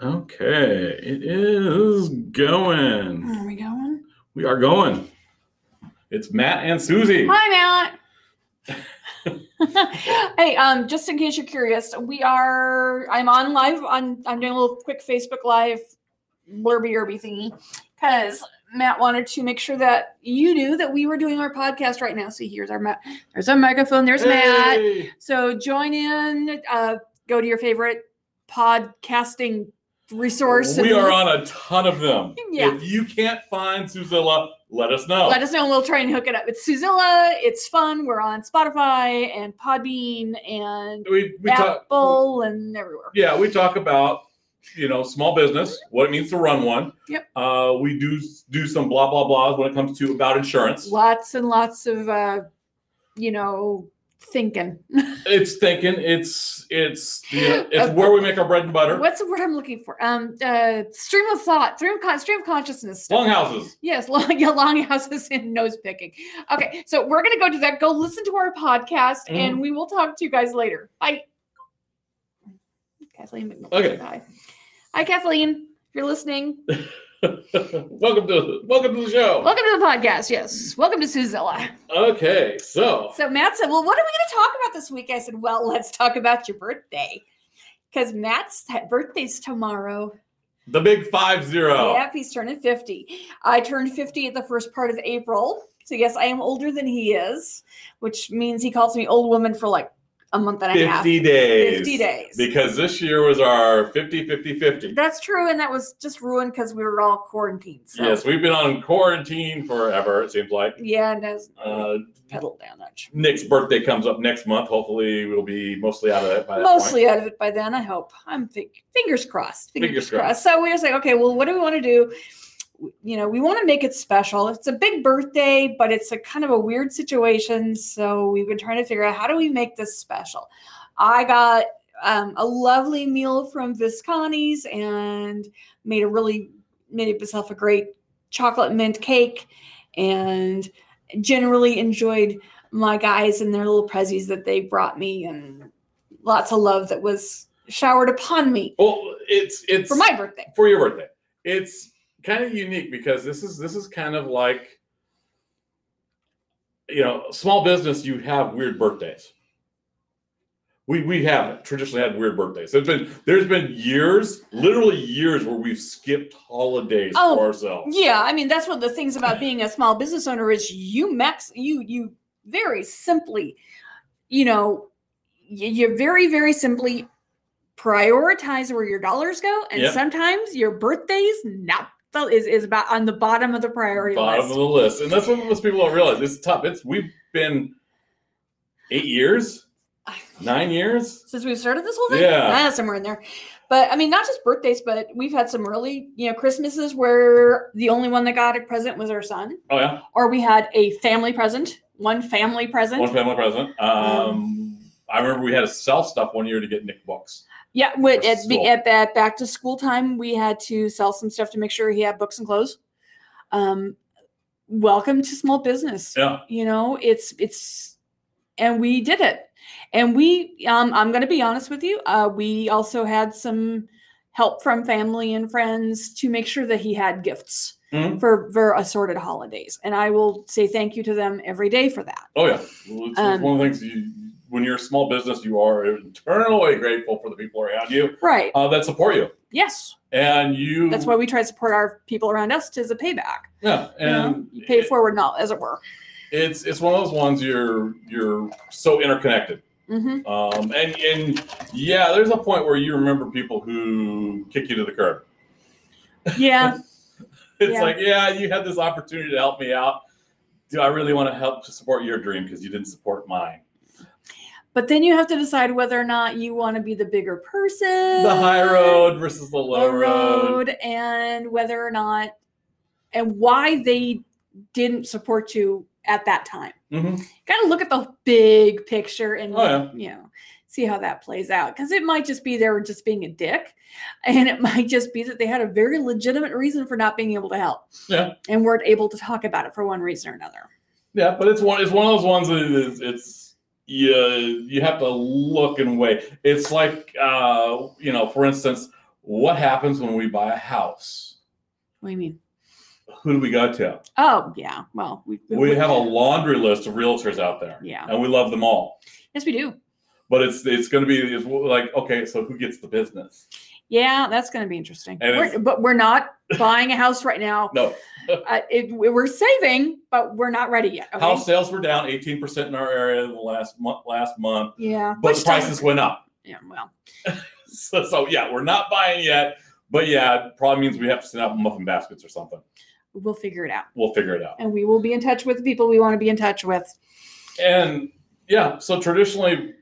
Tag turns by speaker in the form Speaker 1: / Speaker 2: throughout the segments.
Speaker 1: Okay, it is going.
Speaker 2: Are we going?
Speaker 1: We are going. It's Matt and Susie.
Speaker 2: Hi, Matt. hey, um, just in case you're curious, we are. I'm on live. On I'm doing a little quick Facebook live blurby herby thingy because Matt wanted to make sure that you knew that we were doing our podcast right now. So here's our Matt. There's our microphone. There's Matt.
Speaker 1: Hey.
Speaker 2: So join in, uh, go to your favorite podcasting resource.
Speaker 1: We
Speaker 2: and
Speaker 1: are on a ton of them.
Speaker 2: Yeah.
Speaker 1: If you can't find Suzilla, let us know.
Speaker 2: Let us know and we'll try and hook it up. It's Suzilla. It's fun. We're on Spotify and Podbean and
Speaker 1: we we talk.
Speaker 2: Apple and everywhere.
Speaker 1: Yeah, we talk about you know small business, what it means to run one.
Speaker 2: Yep.
Speaker 1: Uh, we do do some blah blah blahs when it comes to about insurance.
Speaker 2: Lots and lots of, uh, you know, thinking.
Speaker 1: It's thinking. It's it's you know, it's where we make our bread and butter.
Speaker 2: What's the word I'm looking for? Um, uh, stream of thought, stream of, con- stream of consciousness. stuff.
Speaker 1: Longhouses.
Speaker 2: Yes, long, yeah, longhouses and nose picking. Okay, so we're gonna go do that. Go listen to our podcast,
Speaker 1: Mm-hmm.
Speaker 2: and we will talk to you guys later. Bye, Kathleen. McNulty,
Speaker 1: Okay.
Speaker 2: Hi, hi, Kathleen. If you're listening,
Speaker 1: welcome to welcome to the show.
Speaker 2: welcome to the podcast. Yes, welcome to Suzilla.
Speaker 1: Okay, so
Speaker 2: So Matt said, "Well, what are we gonna talk about this week?" I said, "Well, let's talk about your birthday." Because Matt's birthday's tomorrow.
Speaker 1: the big five zero.
Speaker 2: Yep, he's turning 50. I turned 50 at the first part of April. So, yes, I am older than he is, which means he calls me old woman for like a month and a half.
Speaker 1: 50 days.
Speaker 2: 50 days.
Speaker 1: Because this year was our 50 50 50.
Speaker 2: That's true. And that was just ruined because we were all quarantined. So.
Speaker 1: Yes, we've been on quarantine forever, it seems like.
Speaker 2: Yeah, and as
Speaker 1: Uh,
Speaker 2: pedal down that. tr-
Speaker 1: Nick's birthday comes up next month. Hopefully, we'll be mostly out of it by that
Speaker 2: Mostly out of it by then, I hope. I'm fi- fingers crossed. Fingers,
Speaker 1: Fingers
Speaker 2: crossed. So we were saying, okay, well, what do we want to do? You know, we want to make it special. It's a big birthday, but it's a kind of a weird situation. So we've been trying to figure out how do we make this special. I got um, a lovely meal from Visconti's and made a really made myself a great chocolate mint cake and generally enjoyed my guys and their little prezzies that they brought me and lots of love that was showered upon me
Speaker 1: point. Well, it's it's
Speaker 2: for my birthday.
Speaker 1: for your birthday. It's kind of unique because this is this is kind of like you know, small business you have weird birthdays. We we have traditionally had weird birthdays. There's been there's been years, literally years where we've skipped holidays
Speaker 2: Oh,
Speaker 1: for ourselves.
Speaker 2: Yeah, I mean that's one of the things about being a small business owner is you max you you very simply, you know, y- you very very simply prioritize where your dollars go, and
Speaker 1: Yep.
Speaker 2: sometimes your birthday's not the, is is about on the bottom of the priority
Speaker 1: Bottom
Speaker 2: list.
Speaker 1: of the list. And that's what most people don't realize. It's tough. It's we've been eight years, nine years.
Speaker 2: since we started this whole thing.
Speaker 1: Yeah.
Speaker 2: Ah, somewhere in there. But I mean, not just birthdays, but we've had some really, you know, Christmases where the only one that got a present was our son,
Speaker 1: Oh yeah.
Speaker 2: or we had a family present, one family present.
Speaker 1: One family present. Um I remember we had to sell stuff one year to get Nick books.
Speaker 2: yeah, with,
Speaker 1: Versus
Speaker 2: at, be-
Speaker 1: school.
Speaker 2: at, at back to school time, we had to sell some stuff to make sure he had books and clothes. Um, welcome to small business.
Speaker 1: Yeah.
Speaker 2: you know it's it's and we did it and we um i'm going to be honest with you uh we also had some help from family and friends to make sure that he had gifts
Speaker 1: Mhm.
Speaker 2: for for assorted holidays and i will say thank you to them every day for that
Speaker 1: Oh yeah. Well, it's,
Speaker 2: Um,
Speaker 1: it's one of the things you when you're a small business, you are eternally grateful for the people around you
Speaker 2: right
Speaker 1: uh, that support you.
Speaker 2: yes
Speaker 1: And you
Speaker 2: that's why we try to support our people around us as a payback
Speaker 1: yeah,
Speaker 2: you know?
Speaker 1: and
Speaker 2: you pay
Speaker 1: it-
Speaker 2: forward not as it were
Speaker 1: it's it's one of those ones you're you're so interconnected.
Speaker 2: hmm
Speaker 1: Um, and and yeah, there's a point where you remember people who kick you to the curb.
Speaker 2: yeah
Speaker 1: It's
Speaker 2: Yeah.
Speaker 1: like, yeah, you had this opportunity to help me out. Do I really want to help to support your dream because you didn't support mine?
Speaker 2: but then you have to decide whether or not you want to be the bigger person
Speaker 1: The high road versus the low
Speaker 2: Uh, the
Speaker 1: road.
Speaker 2: road and whether or not and why they didn't support you at that time.
Speaker 1: Mhm.
Speaker 2: Got to look at the big picture and
Speaker 1: Oh, yeah.
Speaker 2: you know see how that plays out because it might just be they were just being a dick, and it might just be that they had a very legitimate reason for not being able to help.
Speaker 1: Yeah.
Speaker 2: and weren't able to talk about it for one reason or another.
Speaker 1: Yeah, but it's one. It's one of those ones that is, it's you. You have to look and weigh. It's like uh, you know, for instance, what happens when we buy a house?
Speaker 2: What do you mean?
Speaker 1: Who do we go to?
Speaker 2: Oh yeah. Well, we
Speaker 1: We have a laundry list of realtors out there,
Speaker 2: yeah.
Speaker 1: and we love them all.
Speaker 2: Yes, we do.
Speaker 1: But it's it's going to be it's like okay, so who gets the business?
Speaker 2: Yeah, that's going to be interesting.
Speaker 1: And
Speaker 2: We're,
Speaker 1: it's-
Speaker 2: but we're not buying a house right now.
Speaker 1: No,
Speaker 2: Uh, it, we're saving, but we're not ready yet. okay?
Speaker 1: house sales were down eighteen percent in our area in the last month. Last month,
Speaker 2: Yeah.
Speaker 1: but
Speaker 2: which
Speaker 1: the prices
Speaker 2: doesn't-
Speaker 1: went up.
Speaker 2: Yeah. Well.
Speaker 1: So, so yeah, we're not buying yet. But yeah, it probably means we have to send out muffin baskets or something.
Speaker 2: we'll figure it out
Speaker 1: We'll figure it out.
Speaker 2: and we will be in touch with the people we want to be in touch with
Speaker 1: And yeah, so traditionally,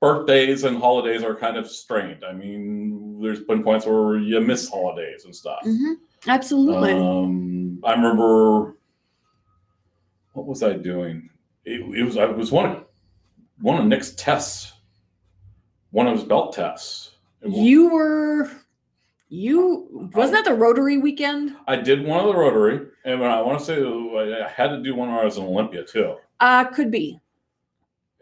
Speaker 1: birthdays and holidays are kind of strained. I mean, there's been points where you miss holidays and stuff.
Speaker 2: Mm-hmm. absolutely
Speaker 1: Um, I remember what was I doing? It, it was I was one of one of Nick's tests, one of his belt tests.
Speaker 2: you were you wasn't that the rotary weekend
Speaker 1: I did one of the Rotary, and when I want to say I had to do one when I was in Olympia too.
Speaker 2: uh could be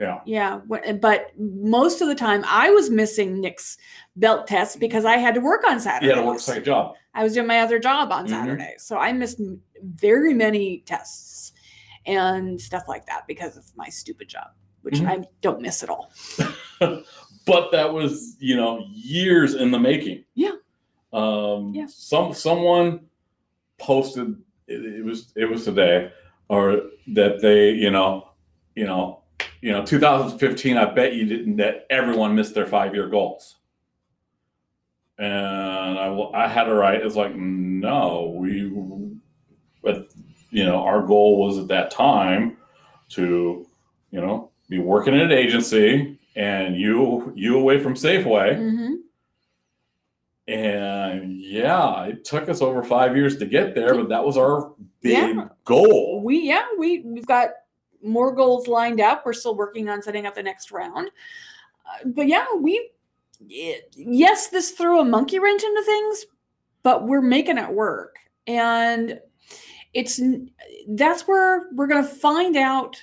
Speaker 1: Yeah.
Speaker 2: yeah wh- but most of the time i was missing nick's belt test because i had to work on
Speaker 1: You
Speaker 2: saturday
Speaker 1: had to work a second job.
Speaker 2: i was doing my other job on
Speaker 1: Mhm.
Speaker 2: saturday so i missed m- very many tests and stuff like that because of my stupid job which
Speaker 1: Mhm.
Speaker 2: i don't miss at all
Speaker 1: But that was, you know, years in the making.
Speaker 2: Yeah.
Speaker 1: Um
Speaker 2: Yeah.
Speaker 1: some someone posted it, it was it was today or that they, you know, you know, you know, 2015, I bet you didn't that everyone missed their five-year goals. And I wa- I had to write it's like no, we but you know, our goal was at that time to, you know, be working in an agency and you you away from Safeway.
Speaker 2: mm-hmm.
Speaker 1: And yeah, it took us over five years to get there, but that was our big
Speaker 2: Yeah.
Speaker 1: goal.
Speaker 2: we yeah we we've got more goals lined up we're still working on setting up the next round uh, but yeah we y- yes this threw a monkey wrench into things but we're making it work and it's n- that's where we're going to find out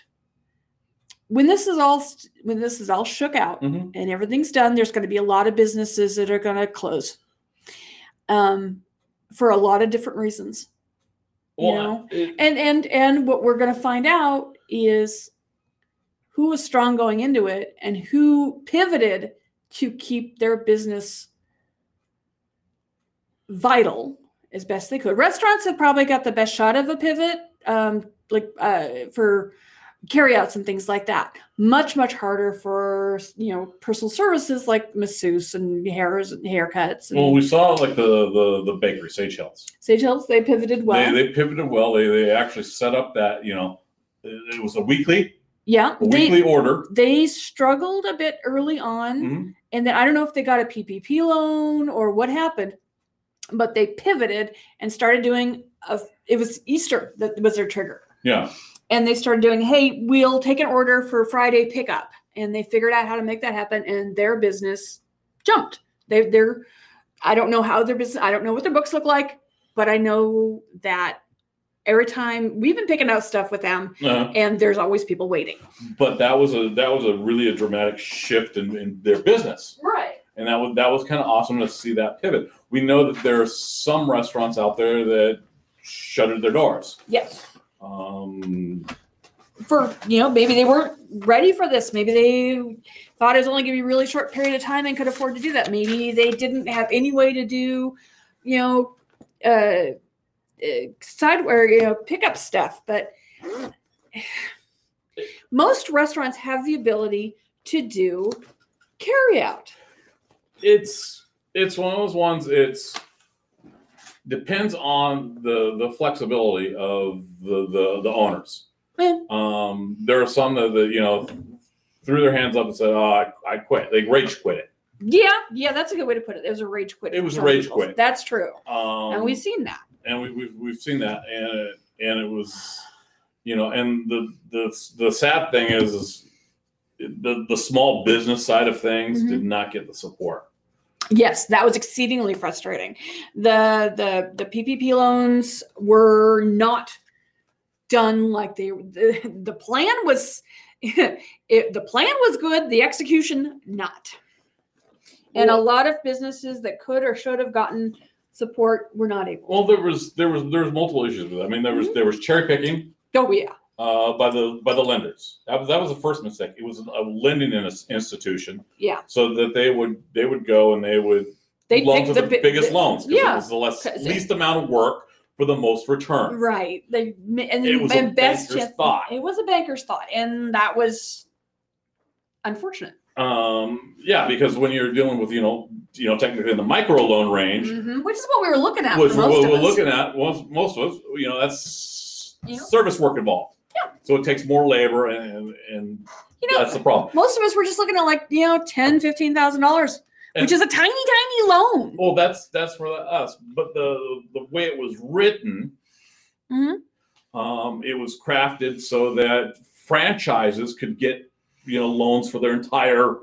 Speaker 2: when this is all st- when this is all shook out
Speaker 1: Mhm.
Speaker 2: and everything's done, there's going to be a lot of businesses that are going to close um, for a lot of different reasons. You know,
Speaker 1: it-
Speaker 2: and and and what we're going to find out is who was strong going into it and who pivoted to keep their business vital as best they could. Restaurants have probably got the best shot of a pivot, um, like uh, for carryouts and things like that. Much much harder for you know personal services like masseuse and hairs and haircuts and
Speaker 1: well, we saw like the the the bakery, Sage Hills.
Speaker 2: sage hills. They pivoted well.
Speaker 1: They they pivoted well. They they actually set up that you know it it was a weekly
Speaker 2: yeah,
Speaker 1: a
Speaker 2: they-
Speaker 1: weekly order.
Speaker 2: they struggled a bit early on
Speaker 1: Mhm.
Speaker 2: and then i don't know if they got a ppp loan or what happened but they pivoted and started doing a, it was easter that was their trigger
Speaker 1: Yeah,
Speaker 2: and they started doing hey we'll take an order for friday pickup and they figured out how to make that happen and their business jumped they, they're i don't know how their business i don't know what their books look like but i know that every time we've been picking out stuff with them
Speaker 1: Uh,
Speaker 2: and there's always people waiting
Speaker 1: but that was a that was a really a dramatic shift in, in their business.
Speaker 2: right
Speaker 1: and that was that was kind of awesome to see that pivot. We know that there are some restaurants out there that shuttered their doors.
Speaker 2: yes
Speaker 1: Um,
Speaker 2: for you know maybe they weren't ready for this maybe they thought it was only going to be a really short period of time and could afford to do that maybe they didn't have any way to do you know uh, uh side or you know pickup stuff but most restaurants have the ability to do carry out
Speaker 1: it's it's one of those ones. It's depends on the the flexibility of the the, the owners.
Speaker 2: Yeah.
Speaker 1: Um, there are some that, that you know threw their hands up and said, "Oh, I, I quit." They rage quit it.
Speaker 2: yeah yeah that's a good way to put it it was a rage quit
Speaker 1: It
Speaker 2: for
Speaker 1: was a
Speaker 2: some
Speaker 1: rage
Speaker 2: people.
Speaker 1: quit.
Speaker 2: that's true
Speaker 1: Um,
Speaker 2: and we've seen that
Speaker 1: and we, we've we've seen that, and it, and it was, you know, and the the the sad thing is, is the the small business side of things
Speaker 2: Mhm.
Speaker 1: did not get the support.
Speaker 2: Yes, that was exceedingly frustrating. The the the PPP loans were not done like they the, the plan was it, the plan was good, the execution not. And a lot of businesses that could or should have gotten support were not able.
Speaker 1: Well, there was there was there was multiple issues with it. I mean, there was
Speaker 2: Mm-hmm.
Speaker 1: there was cherry picking
Speaker 2: Oh yeah.
Speaker 1: uh, by the by the lenders. That was that was the first mistake. It was a lending in institution,
Speaker 2: Yeah.
Speaker 1: so that they would they would go and they would
Speaker 2: They
Speaker 1: loan to the,
Speaker 2: bi-
Speaker 1: biggest
Speaker 2: the-
Speaker 1: loans. 'cause
Speaker 2: yeah.
Speaker 1: it was the less,
Speaker 2: 'Cause it-
Speaker 1: least amount of work for the most return.
Speaker 2: Right. They ma- and,
Speaker 1: It was a
Speaker 2: and best
Speaker 1: banker's
Speaker 2: yet-
Speaker 1: thought.
Speaker 2: It was a banker's thought, and that was unfortunate.
Speaker 1: Um, yeah, because when you're dealing with you know you know technically in the micro loan range,
Speaker 2: Mhm. Which is what we were looking at.
Speaker 1: which
Speaker 2: for
Speaker 1: we're,
Speaker 2: most of
Speaker 1: we're
Speaker 2: us.
Speaker 1: looking at most, most of us you know that's
Speaker 2: You know?
Speaker 1: service work involved yeah. so it takes more labor and and
Speaker 2: You know,
Speaker 1: that's the problem
Speaker 2: most of us were just looking at like you know ten, fifteen thousand dollars, which
Speaker 1: And-
Speaker 2: is a tiny, tiny loan.
Speaker 1: well that's that's for us but the the way it was written
Speaker 2: Mhm.
Speaker 1: um, it was crafted so that franchises could get you know loans for their entire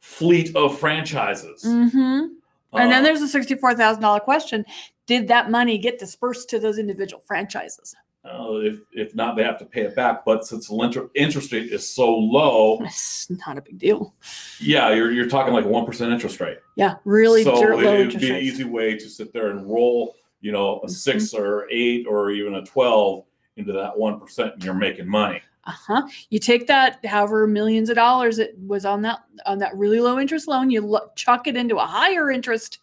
Speaker 1: fleet of franchises
Speaker 2: Mm-hmm. And
Speaker 1: Uh,
Speaker 2: then there's a sixty-four thousand dollar question: Did that money get dispersed to those individual franchises?
Speaker 1: uh, if if not they have to pay it back but since the inter- interest rate is so low
Speaker 2: It's not a big deal.
Speaker 1: yeah you're, you're talking like 1% interest rate
Speaker 2: Yeah, really
Speaker 1: so
Speaker 2: dirt
Speaker 1: it,
Speaker 2: low
Speaker 1: would
Speaker 2: interest
Speaker 1: be an
Speaker 2: rates. Mm-hmm.
Speaker 1: easy way to sit there and roll you know a 6 or eight or even a 12 into that 1% and you're making money
Speaker 2: Uh-huh. You take that however millions of dollars it was on that on that really low interest loan, you lo- chuck it into a higher interest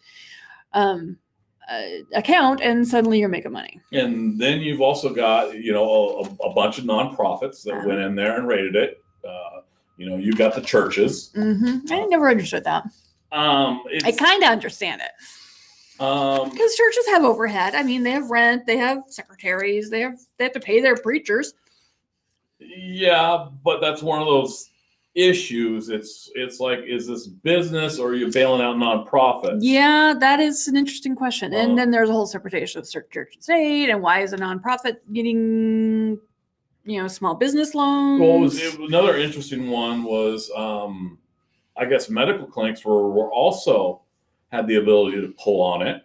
Speaker 2: um uh, account and suddenly you're making money.
Speaker 1: and then you've also got you know a, a bunch of nonprofits that
Speaker 2: Uh-huh.
Speaker 1: went in there and rated it uh, you know you got the churches
Speaker 2: Mhm. I never understood that.
Speaker 1: um
Speaker 2: I
Speaker 1: it's,
Speaker 2: kind of understand it
Speaker 1: um
Speaker 2: because churches have overhead. I mean, they have rent, they have secretaries, they have they have to pay their preachers.
Speaker 1: yeah but that's one of those issues it's it's like is this business or are you bailing out nonprofits
Speaker 2: Yeah, that is an interesting question.
Speaker 1: Uh,
Speaker 2: and then there's a whole separation of church church and state, and why is a nonprofit getting, you know, small business loans?
Speaker 1: Well, it was, it, another interesting one was, um, I guess, medical clinics were, were also had the ability to pull on it,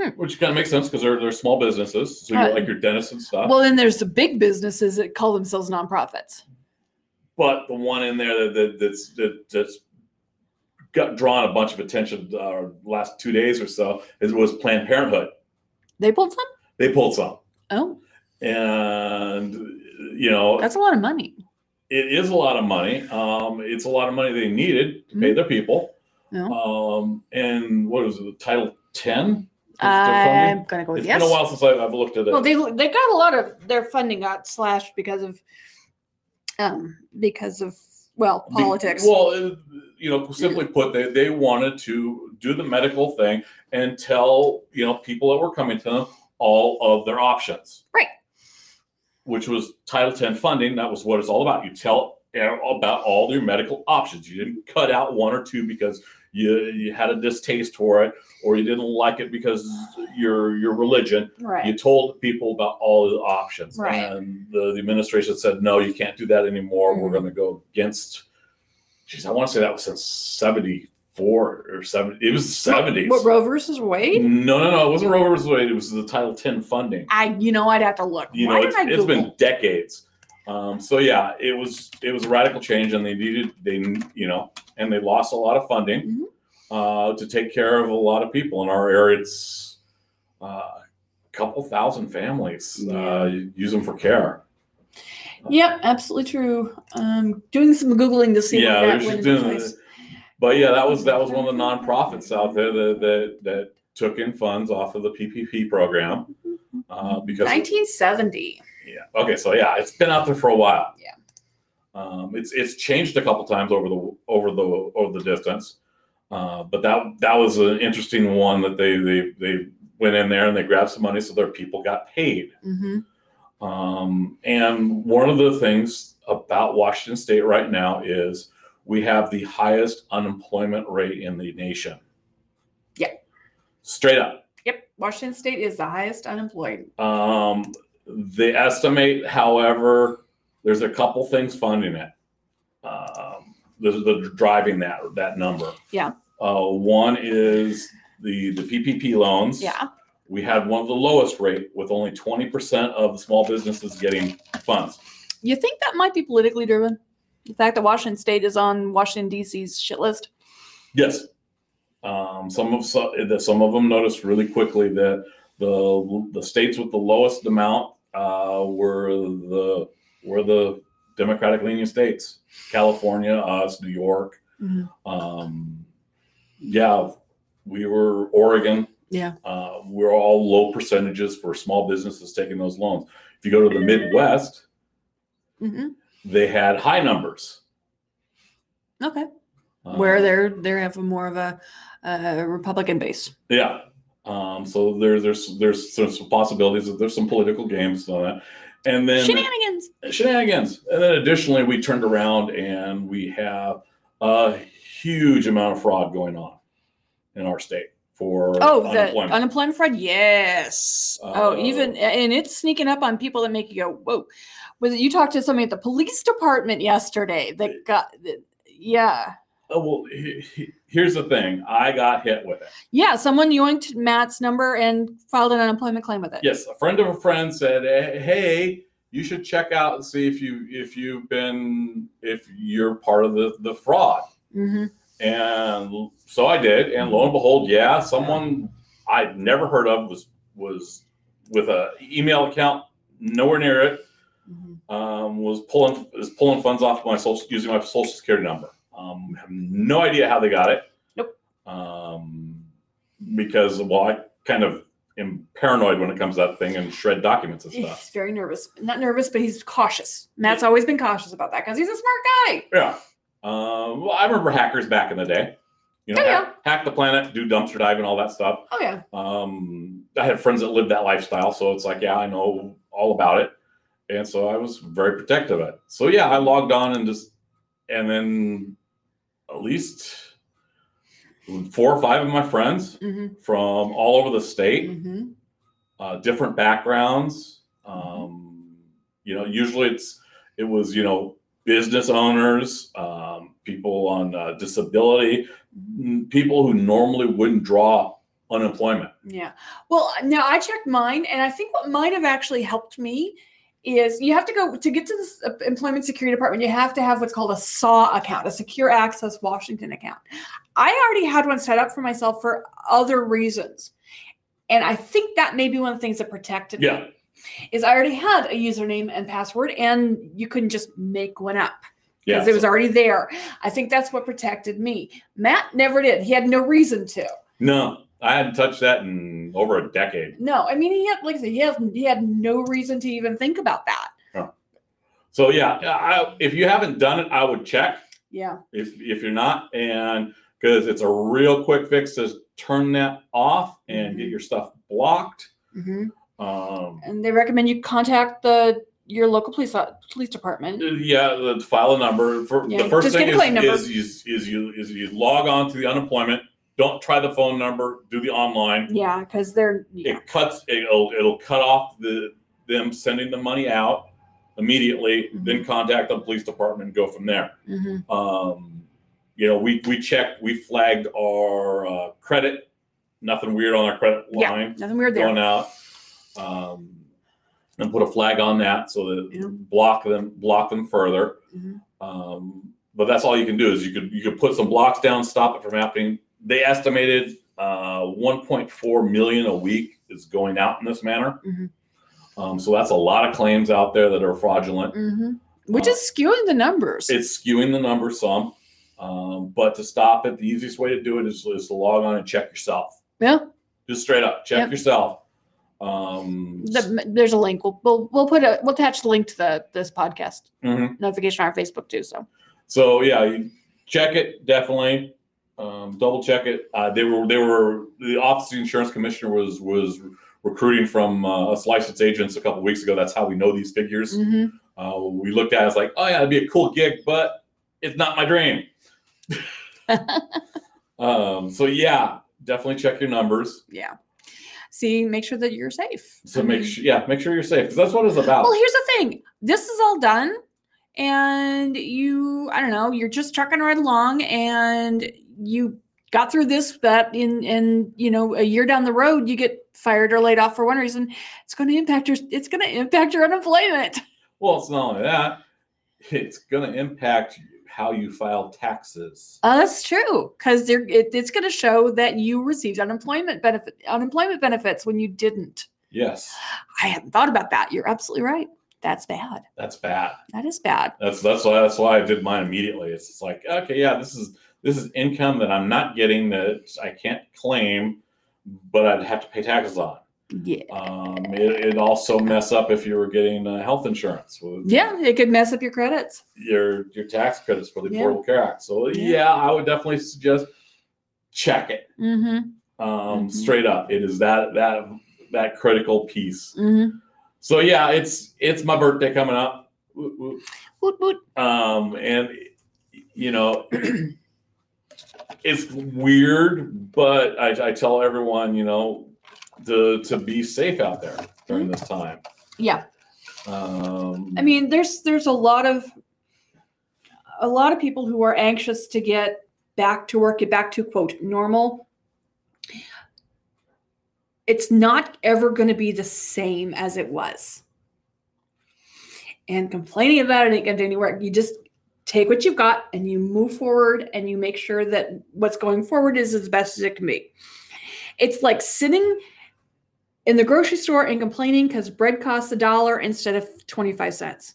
Speaker 2: Hmm. Uh,
Speaker 1: which kind of makes sense because they're they're small businesses, so you
Speaker 2: Right.
Speaker 1: like your dentists and stuff.
Speaker 2: Well, then there's the big businesses that call themselves nonprofits.
Speaker 1: but the one in there that, that that's that, that's got drawn a bunch of attention uh, last two days or so is was Planned Parenthood.
Speaker 2: They pulled some.
Speaker 1: They pulled some,
Speaker 2: Oh,
Speaker 1: and you know
Speaker 2: that's a lot of money.
Speaker 1: it is a lot of money. Um, it's a lot of money they needed to pay their people.
Speaker 2: Mm-hmm. Yeah.
Speaker 1: Um, and what was it, Title Ten?
Speaker 2: I'm gonna go with
Speaker 1: It's
Speaker 2: Uh, yes.
Speaker 1: been a while since I, I've looked at it.
Speaker 2: Well, they they got a lot of their funding got slashed because of, um, because of well
Speaker 1: Be-
Speaker 2: politics.
Speaker 1: well, it- you know, simply put, they they wanted to do the medical thing and tell you know people that were coming to them all of their options.
Speaker 2: Right.
Speaker 1: Which was Title Ten funding. That was what it's all about. You tell about all your medical options. You didn't cut out one or two because you you had a distaste for it or you didn't like it because your your religion.
Speaker 2: right.
Speaker 1: You told people about all the options.
Speaker 2: Right.
Speaker 1: And the, the administration said, no, you can't do that anymore. We're
Speaker 2: Mhm.
Speaker 1: going to go against, geez, I want to say that was since 74 or 70. It was the 70s.
Speaker 2: What Roe versus Wade?
Speaker 1: no, no, no. It wasn't Roe versus Wade. It was the Title 10 funding.
Speaker 2: I you know I'd have to look.
Speaker 1: You
Speaker 2: Why
Speaker 1: know,
Speaker 2: did I
Speaker 1: it's, it's
Speaker 2: Google?
Speaker 1: been decades. Um, so yeah, it was it was a radical change, and they needed they you know, and they lost a lot of funding
Speaker 2: Mhm.
Speaker 1: uh, to take care of a lot of people in our area. It's uh, a couple thousand families uh, use them for care.
Speaker 2: Yep, absolutely true. Um, doing some googling to see
Speaker 1: yeah,
Speaker 2: what that
Speaker 1: there's-
Speaker 2: went into
Speaker 1: there's-
Speaker 2: place.
Speaker 1: but yeah, that was that was one of the
Speaker 2: Mm-hmm.
Speaker 1: nonprofits out there that that, that took in funds off of the PPP program
Speaker 2: Mm-hmm.
Speaker 1: uh, because
Speaker 2: 1970.
Speaker 1: Yeah. Okay. So yeah, it's been out there for a while.
Speaker 2: Yeah.
Speaker 1: Um, it's it's changed a couple times over the over the over the distance, uh, but that that was an interesting one that they they they went in there and they grabbed some money so their people got paid.
Speaker 2: Mm-hmm.
Speaker 1: Um, and one of the things about Washington State right now is we have the highest unemployment rate in the nation.
Speaker 2: Yeah.
Speaker 1: Straight up.
Speaker 2: Yep, Washington State is the highest unemployed.
Speaker 1: Um, they estimate, however, there's a couple things funding it. Um, this is the driving that that number.
Speaker 2: Yeah.
Speaker 1: Uh, one is the the PPP loans.
Speaker 2: Yeah.
Speaker 1: we had one of the lowest rate with only 20% of the small businesses getting funds.
Speaker 2: You think that might be politically driven? The fact that Washington State is on Washington D.C.'s shit list.
Speaker 1: Yes. Um, some of so- that some of them noticed really quickly that the the states with the lowest amount uh, were the were the Democratic leaning states: California, us, New York.
Speaker 2: Mhm.
Speaker 1: Um, yeah, we were Oregon.
Speaker 2: Yeah.
Speaker 1: uh, we're all low percentages for small businesses taking those loans. If you go to the Midwest,
Speaker 2: Mhm.
Speaker 1: they had high numbers.
Speaker 2: Okay.
Speaker 1: Uh,
Speaker 2: Where they're they have more of a, a Republican base.
Speaker 1: Yeah. Um, so there's there's there's there's some possibilities that there's some political games on that, and then
Speaker 2: Shenanigans.
Speaker 1: shenanigans. And then additionally, we turned around and we have a huge amount of fraud going on in our state for
Speaker 2: Oh, the
Speaker 1: unemployment.
Speaker 2: unemployment fraud. Yes.
Speaker 1: Uh,
Speaker 2: oh, even and it's sneaking up on people that make you go, "Whoa!" Was it, you talked to somebody at the police department yesterday that got? that- Yeah,
Speaker 1: oh, well, he- he- here's the thing: I got hit with it.
Speaker 2: yeah. Someone yoinked Matt's number and filed an unemployment claim with it.
Speaker 1: Yes, a friend of a friend said, "Eh, "Hey, you should check out and see if you if you've been if you're part of the the fraud."
Speaker 2: hmm
Speaker 1: and so I did, and lo and behold, yeah, someone I'd never heard of was was with a email account nowhere near it
Speaker 2: Mm-hmm.
Speaker 1: um, was pulling is pulling funds off my social using my social security number. Um, have no idea how they got it.
Speaker 2: Nope.
Speaker 1: Um, because well, I kind of am paranoid when it comes to that thing and shred documents and stuff.
Speaker 2: He's very nervous. Not nervous, but he's cautious. Matt's always been cautious about that because he's a smart guy.
Speaker 1: Yeah. Um, well, I remember hackers back in the day. You know,
Speaker 2: Oh,
Speaker 1: hack, hack the planet, do dumpster diving, all that stuff.
Speaker 2: Oh yeah.
Speaker 1: um, I had friends that lived that lifestyle, so it's like, yeah, I know all about it, and so I was very protective of it. So yeah, I logged on and just, and then at least four or five of my friends
Speaker 2: hmm
Speaker 1: from all over the state,
Speaker 2: hmm
Speaker 1: uh, different backgrounds. Um, you know, usually it's it was you know business owners, um, people on uh, disability, people who normally wouldn't draw unemployment.
Speaker 2: Yeah. Well, now I checked mine, and I think what might have actually helped me is you have to go to get to the uh, employment security department. You have to have what's called a SAW account, a Secure Access Washington account. I already had one set up for myself for other reasons, and I think that may be one of the things that protected me.
Speaker 1: Yeah.
Speaker 2: Is I already had a username and password, and you couldn't just make one up
Speaker 1: Yeah,
Speaker 2: because it was already there. I think that's what protected me. Matt never did. He had no reason to.
Speaker 1: No, I hadn't touched that in over a decade.
Speaker 2: No, I mean he had like I said, he has he had no reason to even think about that.
Speaker 1: So yeah, I, if you haven't done it, I would check.
Speaker 2: Yeah.
Speaker 1: If if you're not, and because it's a real quick fix to turn that off and
Speaker 2: Mm-hmm.
Speaker 1: get your stuff blocked.
Speaker 2: hmm
Speaker 1: Um,
Speaker 2: And they recommend you contact the your local police uh, police department.
Speaker 1: yeah, let's file a number. For,
Speaker 2: Yeah,
Speaker 1: the first
Speaker 2: just
Speaker 1: thing
Speaker 2: get a claim
Speaker 1: is,
Speaker 2: number.
Speaker 1: is, is, is you is you log on to the unemployment. Don't try the phone number. Do the online.
Speaker 2: Yeah, because they're yeah.
Speaker 1: It cuts. It'll it'll cut off the them sending the money out immediately. Then contact the police department and go from there.
Speaker 2: Mhm.
Speaker 1: um, you know, we we checked, we flagged our uh, credit, nothing weird on our credit
Speaker 2: Yeah,
Speaker 1: line
Speaker 2: nothing weird there.
Speaker 1: going out, um, and put a flag on that so that
Speaker 2: Yeah.
Speaker 1: block them block them further.
Speaker 2: Mhm.
Speaker 1: Um, but that's all you can do is you could you could put some blocks down, stop it from happening. They estimated uh, 1.4 million a week is going out in this manner.
Speaker 2: Mhm.
Speaker 1: Um, so that's a lot of claims out there that are fraudulent
Speaker 2: Mhm. Which is skewing the numbers.
Speaker 1: it's skewing the number some. Um, but to stop it, the easiest way to do it is, is to log on and check yourself.
Speaker 2: Yeah.
Speaker 1: Just straight up, check
Speaker 2: Yep.
Speaker 1: yourself. Um,
Speaker 2: The- there's a link. We'll, we'll we'll put a we'll attach the link to the this podcast
Speaker 1: mhm.
Speaker 2: notification on our Facebook too. So
Speaker 1: So yeah, you check it definitely. Um, double check it. Uh, they were they were the office of the insurance commissioner was was recruiting from uh, us licensed agents a couple weeks ago. That's how we know these figures.
Speaker 2: Mhm.
Speaker 1: Uh, we looked at it, it's like, oh yeah, it'd be a cool gig, but it's not my dream. um, so yeah, definitely check your numbers.
Speaker 2: yeah. See, make sure that you're safe.
Speaker 1: So
Speaker 2: I
Speaker 1: make
Speaker 2: mean-
Speaker 1: sure, yeah, make sure you're safe because that's what it's about.
Speaker 2: Mm-hmm. Well, here's the thing. This is all done, and you, I don't know, you're just trucking right along, and you got through this that in and you know a year down the road you get fired or laid off for one reason it's going to impact your it's going to impact your unemployment
Speaker 1: Well, it's not only that, it's going to impact how you file taxes.
Speaker 2: Uh, that's true because they're it, it's going to show that you received unemployment benefit unemployment benefits when you didn't.
Speaker 1: Yes,
Speaker 2: I hadn't thought about that. You're absolutely right. That's bad.
Speaker 1: that's bad.
Speaker 2: That is bad.
Speaker 1: That's that's why that's why I did mine immediately. It's just like, okay, yeah, this is this is income that I'm not getting that I can't claim, but I'd have to pay taxes on.
Speaker 2: Yeah.
Speaker 1: Um, it, it also mess up if you were getting uh, health insurance. with
Speaker 2: Yeah, it could mess up your credits.
Speaker 1: Your your tax credits for the
Speaker 2: Yeah.
Speaker 1: Affordable Care Act. So
Speaker 2: Yeah.
Speaker 1: yeah. I would definitely suggest check it
Speaker 2: Mm-hmm.
Speaker 1: um,
Speaker 2: Mhm.
Speaker 1: straight up. It is that that that critical piece.
Speaker 2: Mm-hmm.
Speaker 1: So yeah, it's it's my birthday coming up. Woot, woot.
Speaker 2: Woot woot.
Speaker 1: um and you know it's weird but I, I tell everyone you know to to be safe out there during this time
Speaker 2: Yeah.
Speaker 1: um
Speaker 2: I mean, there's there's a lot of a lot of people who are anxious to get back to work, get back to quote normal. It's not ever going to be the same as it was. And complaining about it ain't going to do any work. You just take what you've got and you move forward and you make sure that what's going forward is as best as it can be. It's like sitting in the grocery store and complaining because bread costs a dollar instead of 25 cents.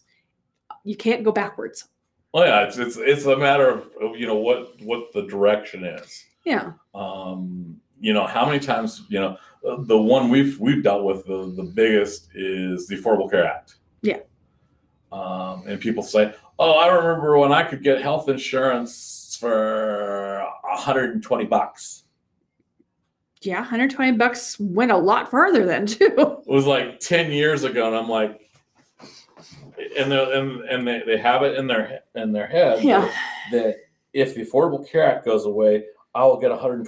Speaker 2: You can't go backwards.
Speaker 1: well oh, yeah it's it's it's a matter of, of you know what what the direction is
Speaker 2: Yeah.
Speaker 1: um you know how many times you know uh, the one we've we've dealt with the, the biggest is the affordable care act
Speaker 2: Yeah.
Speaker 1: um and people say oh i remember when i could get health insurance for 120 bucks
Speaker 2: Yeah. 120 bucks went a lot farther then, too.
Speaker 1: it was like 10 years ago and i'm like and they're- and and they, they have it in their in their head
Speaker 2: Yeah.
Speaker 1: that if the affordable care act goes away i will get $120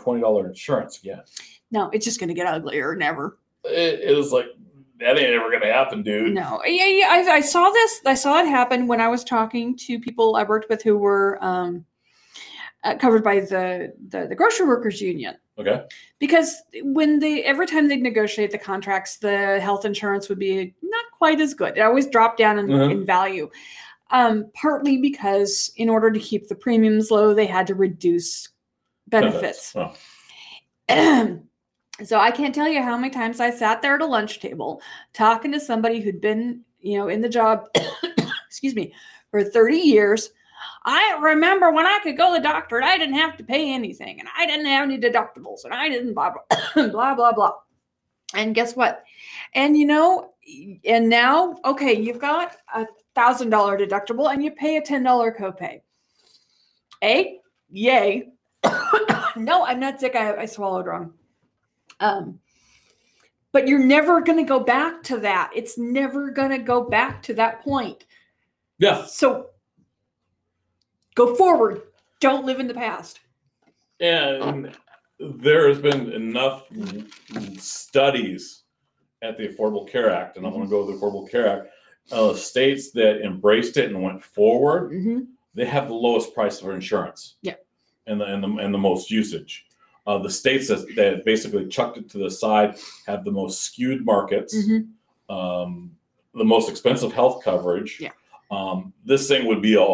Speaker 1: insurance again
Speaker 2: No, it's just going to get uglier never.
Speaker 1: it, it was like that ain't ever gonna happen, dude.
Speaker 2: No. Yeah. Yeah. I, I saw this. I saw it happen when I was talking to people I worked with who were um, uh, covered by the, the, the grocery workers union.
Speaker 1: Okay.
Speaker 2: because when they every time they'd negotiate the contracts the health insurance would be not quite as good it always dropped down in,
Speaker 1: Mhm.
Speaker 2: in value um, partly because in order to keep the premiums low they had to reduce benefits
Speaker 1: Oh,
Speaker 2: so i can't tell you how many times i sat there at a lunch table talking to somebody who'd been you know in the job excuse me for 30 years i remember when i could go to the doctor and i didn't have to pay anything and i didn't have any deductibles and i didn't blah blah blah blah blah and guess what and you know y- and now okay you've got a thousand dollar deductible and you pay a ten dollar copay a yay no i'm not sick i, I swallowed wrong um but you're never going to go back to that it's never going to go back to that point
Speaker 1: Yeah,
Speaker 2: so go forward don't live in the past
Speaker 1: and there has been enough studies at the Affordable Care Act, and I'm gonna go with the Affordable Care Act. Uh, states that embraced it and went forward, they have the lowest price for insurance.
Speaker 2: Yeah.
Speaker 1: And the and the, and the most usage. Uh, the states that, that basically chucked it to the side have the most skewed markets.
Speaker 2: Mm-hmm.
Speaker 1: um, the most expensive health coverage.
Speaker 2: Yeah.
Speaker 1: Um, this thing would be a.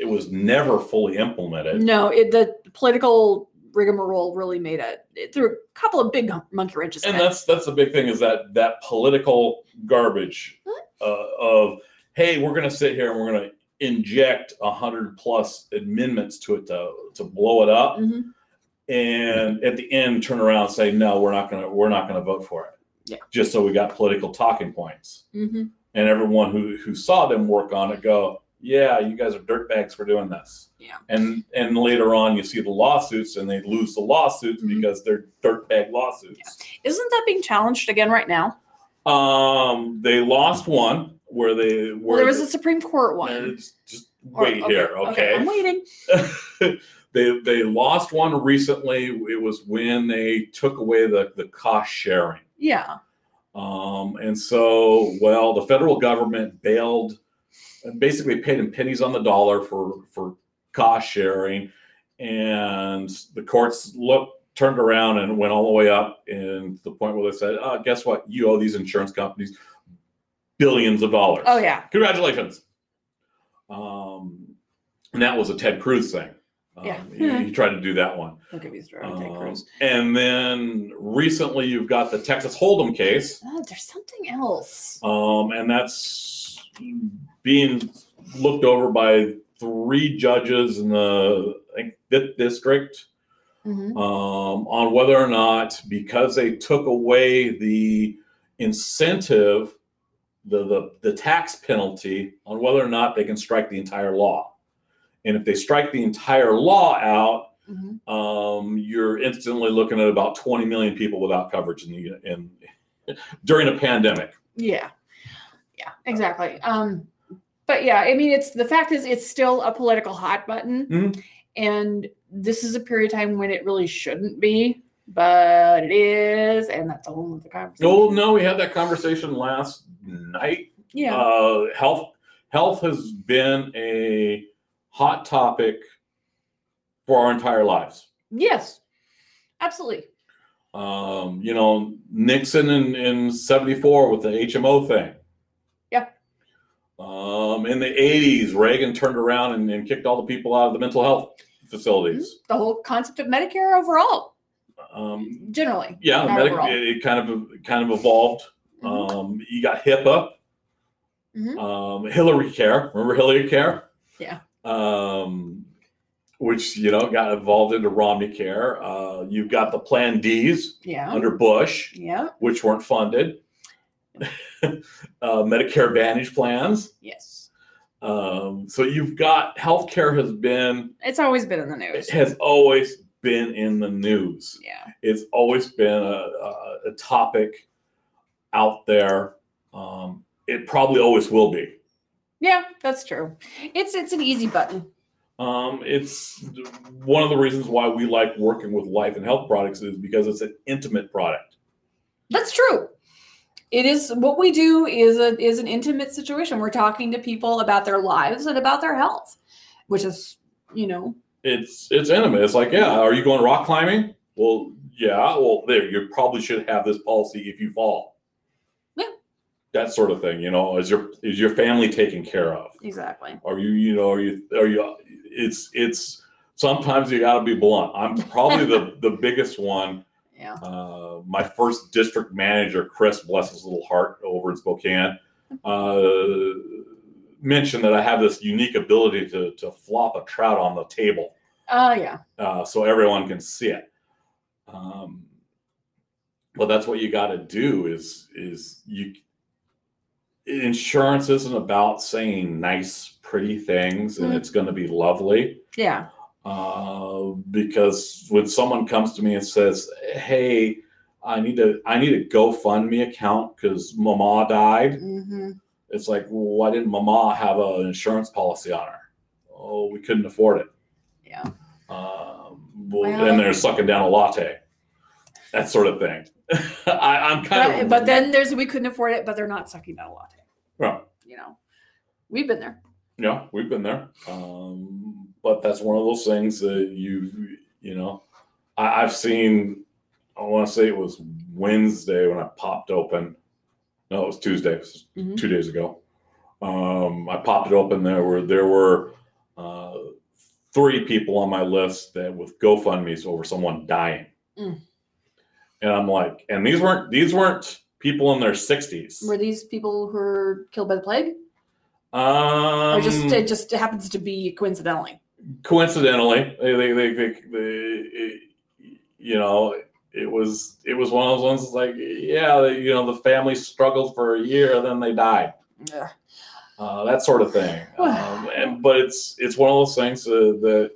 Speaker 1: It was never fully implemented.
Speaker 2: no it, the political rigmarole really made it, it threw a couple of big monkey wrenches in
Speaker 1: And
Speaker 2: it.
Speaker 1: that's that's the big thing is that that political garbage uh, of hey we're gonna sit here and we're gonna inject a hundred plus amendments to it to to blow it up
Speaker 2: Mhm.
Speaker 1: and at the end turn around and say no we're not gonna we're not gonna vote for it
Speaker 2: Yeah.
Speaker 1: just so we got political talking points
Speaker 2: Mhm.
Speaker 1: and everyone who who saw them work on it go yeah you guys are dirtbags for doing this
Speaker 2: Yeah.
Speaker 1: and and later on you see the lawsuits and they lose the lawsuits
Speaker 2: Mhm.
Speaker 1: because they're dirtbag lawsuits
Speaker 2: isn't that being challenged again right now
Speaker 1: um they lost one where they were
Speaker 2: well there was a supreme court one
Speaker 1: just, just
Speaker 2: Or-
Speaker 1: wait here
Speaker 2: i'm
Speaker 1: okay,
Speaker 2: waiting
Speaker 1: they they lost one recently it was when they took away the the cost sharing
Speaker 2: yeah
Speaker 1: Um, and so, well, the federal government bailed, basically paid in pennies on the dollar for for cost sharing, and the courts looked turned around and went all the way up and to the point where they said oh, guess what you owe these insurance companies billions of dollars
Speaker 2: Oh yeah.
Speaker 1: congratulations um, and that was a ted cruz thing um,
Speaker 2: Yeah. Mm-hmm.
Speaker 1: he, he tried to do that one
Speaker 2: Look at these drawings.
Speaker 1: Um, and then recently you've got the texas hold'em case
Speaker 2: Oh, there's something else.
Speaker 1: um, and that's being looked over by three judges in the I think, fifth district
Speaker 2: Mhm.
Speaker 1: um, on whether or not because they took away the incentive, the, the the tax penalty on whether or not they can strike the entire law, and if they strike the entire law out,
Speaker 2: Mhm.
Speaker 1: um, you're instantly looking at about 20 million people without coverage in the in during a pandemic.
Speaker 2: Yeah. Yeah, exactly. Um, but yeah, I mean, it's the fact is, it's still a political hot button,
Speaker 1: Mhm.
Speaker 2: and this is a period of time when it really shouldn't be, but it is, and that's a whole other conversation.
Speaker 1: Oh no, we had that conversation last night.
Speaker 2: Yeah.
Speaker 1: Uh, health health has been a hot topic for our entire lives.
Speaker 2: yes. Absolutely.
Speaker 1: Um, you know, Nixon in, in 74 with the HMO thing.
Speaker 2: Yeah.
Speaker 1: Um, in the 80s, Reagan turned around and, and kicked all the people out of the mental health facilities.
Speaker 2: The whole concept of Medicare overall, Mm-hmm.
Speaker 1: Um,
Speaker 2: generally.
Speaker 1: yeah,
Speaker 2: Not
Speaker 1: medic-
Speaker 2: overall.
Speaker 1: it, it kind of it kind of evolved.
Speaker 2: Mhm.
Speaker 1: Um, you got HIPAA.
Speaker 2: Mhm.
Speaker 1: Um, Hillary Care. Remember Hillary Care?
Speaker 2: Yeah.
Speaker 1: Um, which you know got evolved into Romney Care. Uh, you've got the Plan Ds
Speaker 2: yeah.
Speaker 1: under Bush,
Speaker 2: Yeah.
Speaker 1: which weren't funded. uh, Medicare Advantage plans.
Speaker 2: Yes.
Speaker 1: Um, so you've got healthcare has been
Speaker 2: It's always been in the news.
Speaker 1: has always been in the news
Speaker 2: Yeah.
Speaker 1: it's always been a, a, a topic out there. Um, it probably always will be.
Speaker 2: Yeah, that's true. It's it's an easy button.
Speaker 1: Um, it's one of the reasons why we like working with life and health products is because it's an intimate product.
Speaker 2: That's true. It is what we do is a is an intimate situation. We're talking to people about their lives and about their health, which is you know
Speaker 1: It's it's intimate. It's like, yeah, are you going rock climbing? Well, yeah. Well, there you probably should have this policy if you fall.
Speaker 2: Yeah.
Speaker 1: That sort of thing. You know, is your is your family taken care of?
Speaker 2: exactly.
Speaker 1: Are you, you know, are you, are you, it's, it's, sometimes you gotta be blunt. I'm probably the, the biggest one.
Speaker 2: Yeah.
Speaker 1: Uh, my first district manager, Chris, bless his little heart over in Spokane, uh, mentioned that I have this unique ability to, to flop a trout on the table
Speaker 2: Oh yeah.
Speaker 1: uh, so everyone can see it. Um, but that's what you got to do is is you insurance isn't about saying nice pretty things and
Speaker 2: Mhm.
Speaker 1: it's going to be lovely
Speaker 2: Yeah.
Speaker 1: uh, because when someone comes to me and says hey i need to i need a gofundme account because mama died
Speaker 2: hmm
Speaker 1: it's like why didn't mama have an insurance policy on her oh we couldn't afford it
Speaker 2: Yeah.
Speaker 1: um, well,
Speaker 2: Well-
Speaker 1: and they're sucking down a latte, that sort of thing. I, I'm kind
Speaker 2: But,
Speaker 1: of,
Speaker 2: but then there's we couldn't afford it, but they're not sucking down a latte.
Speaker 1: Well,
Speaker 2: You know, we've been there.
Speaker 1: yeah, we've been there. Um, but that's one of those things that you, you know, I, I've seen. I want to say it was Wednesday when I popped open. No, it was Tuesday. It was
Speaker 2: Mhm.
Speaker 1: two days ago. Um, I popped it open. There were there were uh, three people on my list that with GoFundmes over someone dying,
Speaker 2: Mm.
Speaker 1: and I'm like, and these weren't these weren't people in their sixties.
Speaker 2: Were these people who are killed by the plague,
Speaker 1: Um,
Speaker 2: or just it just happens to be coincidentally?
Speaker 1: coincidentally, they they they, they, they- you know. It was it was one of those ones that's like yeah you know the family struggled for a year then they died
Speaker 2: Yeah.
Speaker 1: uh, that sort of thing. Um, and, but it's it's one of those things uh, that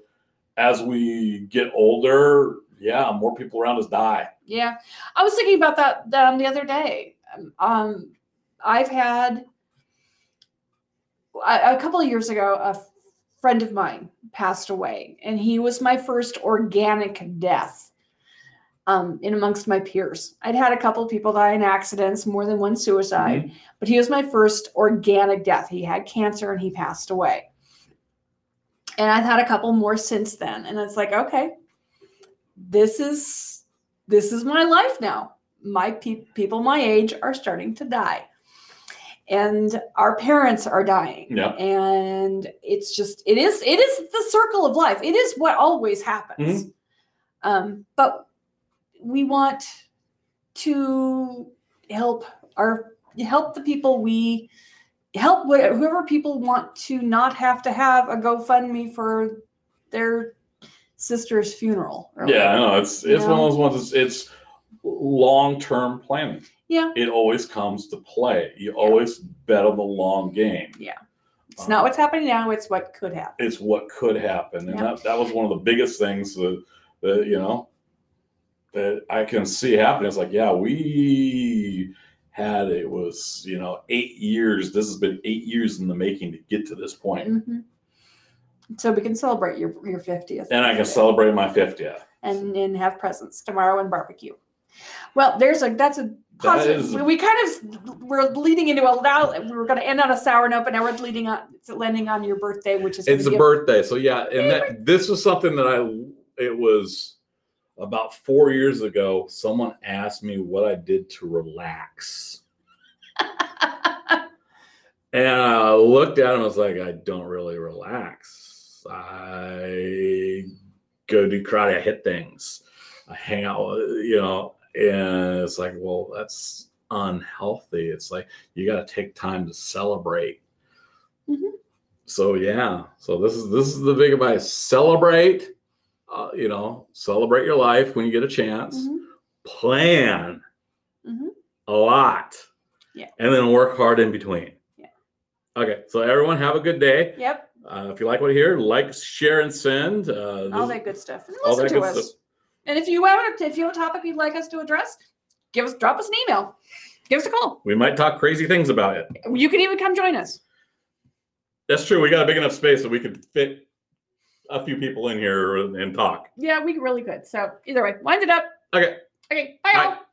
Speaker 1: as we get older, yeah, more people around us die.
Speaker 2: Yeah, I was thinking about that um, the other day. Um, Um, I've had I- a couple of years ago, a f- friend of mine passed away, and he was my first organic death um, in amongst my peers. I'd had a couple of people die in accidents, more than one suicide, but he was my first organic death. He had cancer and he passed away. and I've had a couple more since then. And it's like, okay, this is this is my life now. My pe- people my age are starting to die. And our parents are dying.
Speaker 1: Yeah.
Speaker 2: And it's just it is it is the circle of life. It is what always happens.
Speaker 1: Mm-hmm.
Speaker 2: Um, but we want to help our help the people we help wh- whoever people want to not have to have a GoFundMe for their sister's funeral. or
Speaker 1: Yeah, I
Speaker 2: whatever.
Speaker 1: know. It's it's
Speaker 2: Yeah.
Speaker 1: one of those ones. It's, it's long term planning.
Speaker 2: Yeah.
Speaker 1: It always comes to play. You always bet on the long game. Um,
Speaker 2: It's not what's happening now, it's what could happen.
Speaker 1: It's what could happen, and
Speaker 2: Yeah.
Speaker 1: that, that was one of the biggest things that that you know that I can see happening. It's like, yeah, we had it was you know eight years. This has been eight years in the making to get to this point,
Speaker 2: Mhm. So we can celebrate your, your 50th.
Speaker 1: and I can celebrate my fiftieth.
Speaker 2: And, and have presents tomorrow and barbecue. Well, there's a that's a
Speaker 1: That
Speaker 2: positive.
Speaker 1: is-
Speaker 2: we- we kind of we're leading into a now we were going to end on a sour note, but now we're leading on it's landing on your birthday, which is gonna
Speaker 1: it's a
Speaker 2: be
Speaker 1: birthday so yeah and that this was something that i it was about four years ago someone asked me what i did to relax and i looked at him i was like i don't really relax i go do karate i hit things i hang out with- you know and it's like well that's unhealthy it's like you got to take time to celebrate
Speaker 2: Mhm.
Speaker 1: so yeah so this is this is the big advice celebrate uh, you know celebrate your life when you get a chance
Speaker 2: Mhm.
Speaker 1: plan
Speaker 2: Mhm.
Speaker 1: a lot
Speaker 2: Yeah.
Speaker 1: and then work hard in between
Speaker 2: Yeah.
Speaker 1: okay so everyone have a good day
Speaker 2: Yep,
Speaker 1: uh, if you like what you hear like share and send uh,
Speaker 2: all
Speaker 1: this-
Speaker 2: that good stuff. And
Speaker 1: all
Speaker 2: listen
Speaker 1: that
Speaker 2: to
Speaker 1: good
Speaker 2: us.
Speaker 1: stuff.
Speaker 2: And if you have a, if you have a topic you'd like us to address, give us drop us an email, give us a call.
Speaker 1: we might talk crazy things about it
Speaker 2: You can even come join us.
Speaker 1: That's true. We got a big enough space that we could fit a few people in here and talk.
Speaker 2: Yeah, we really could. So either way, wind it up.
Speaker 1: Okay.
Speaker 2: Okay. Bye.
Speaker 1: Bye.
Speaker 2: all.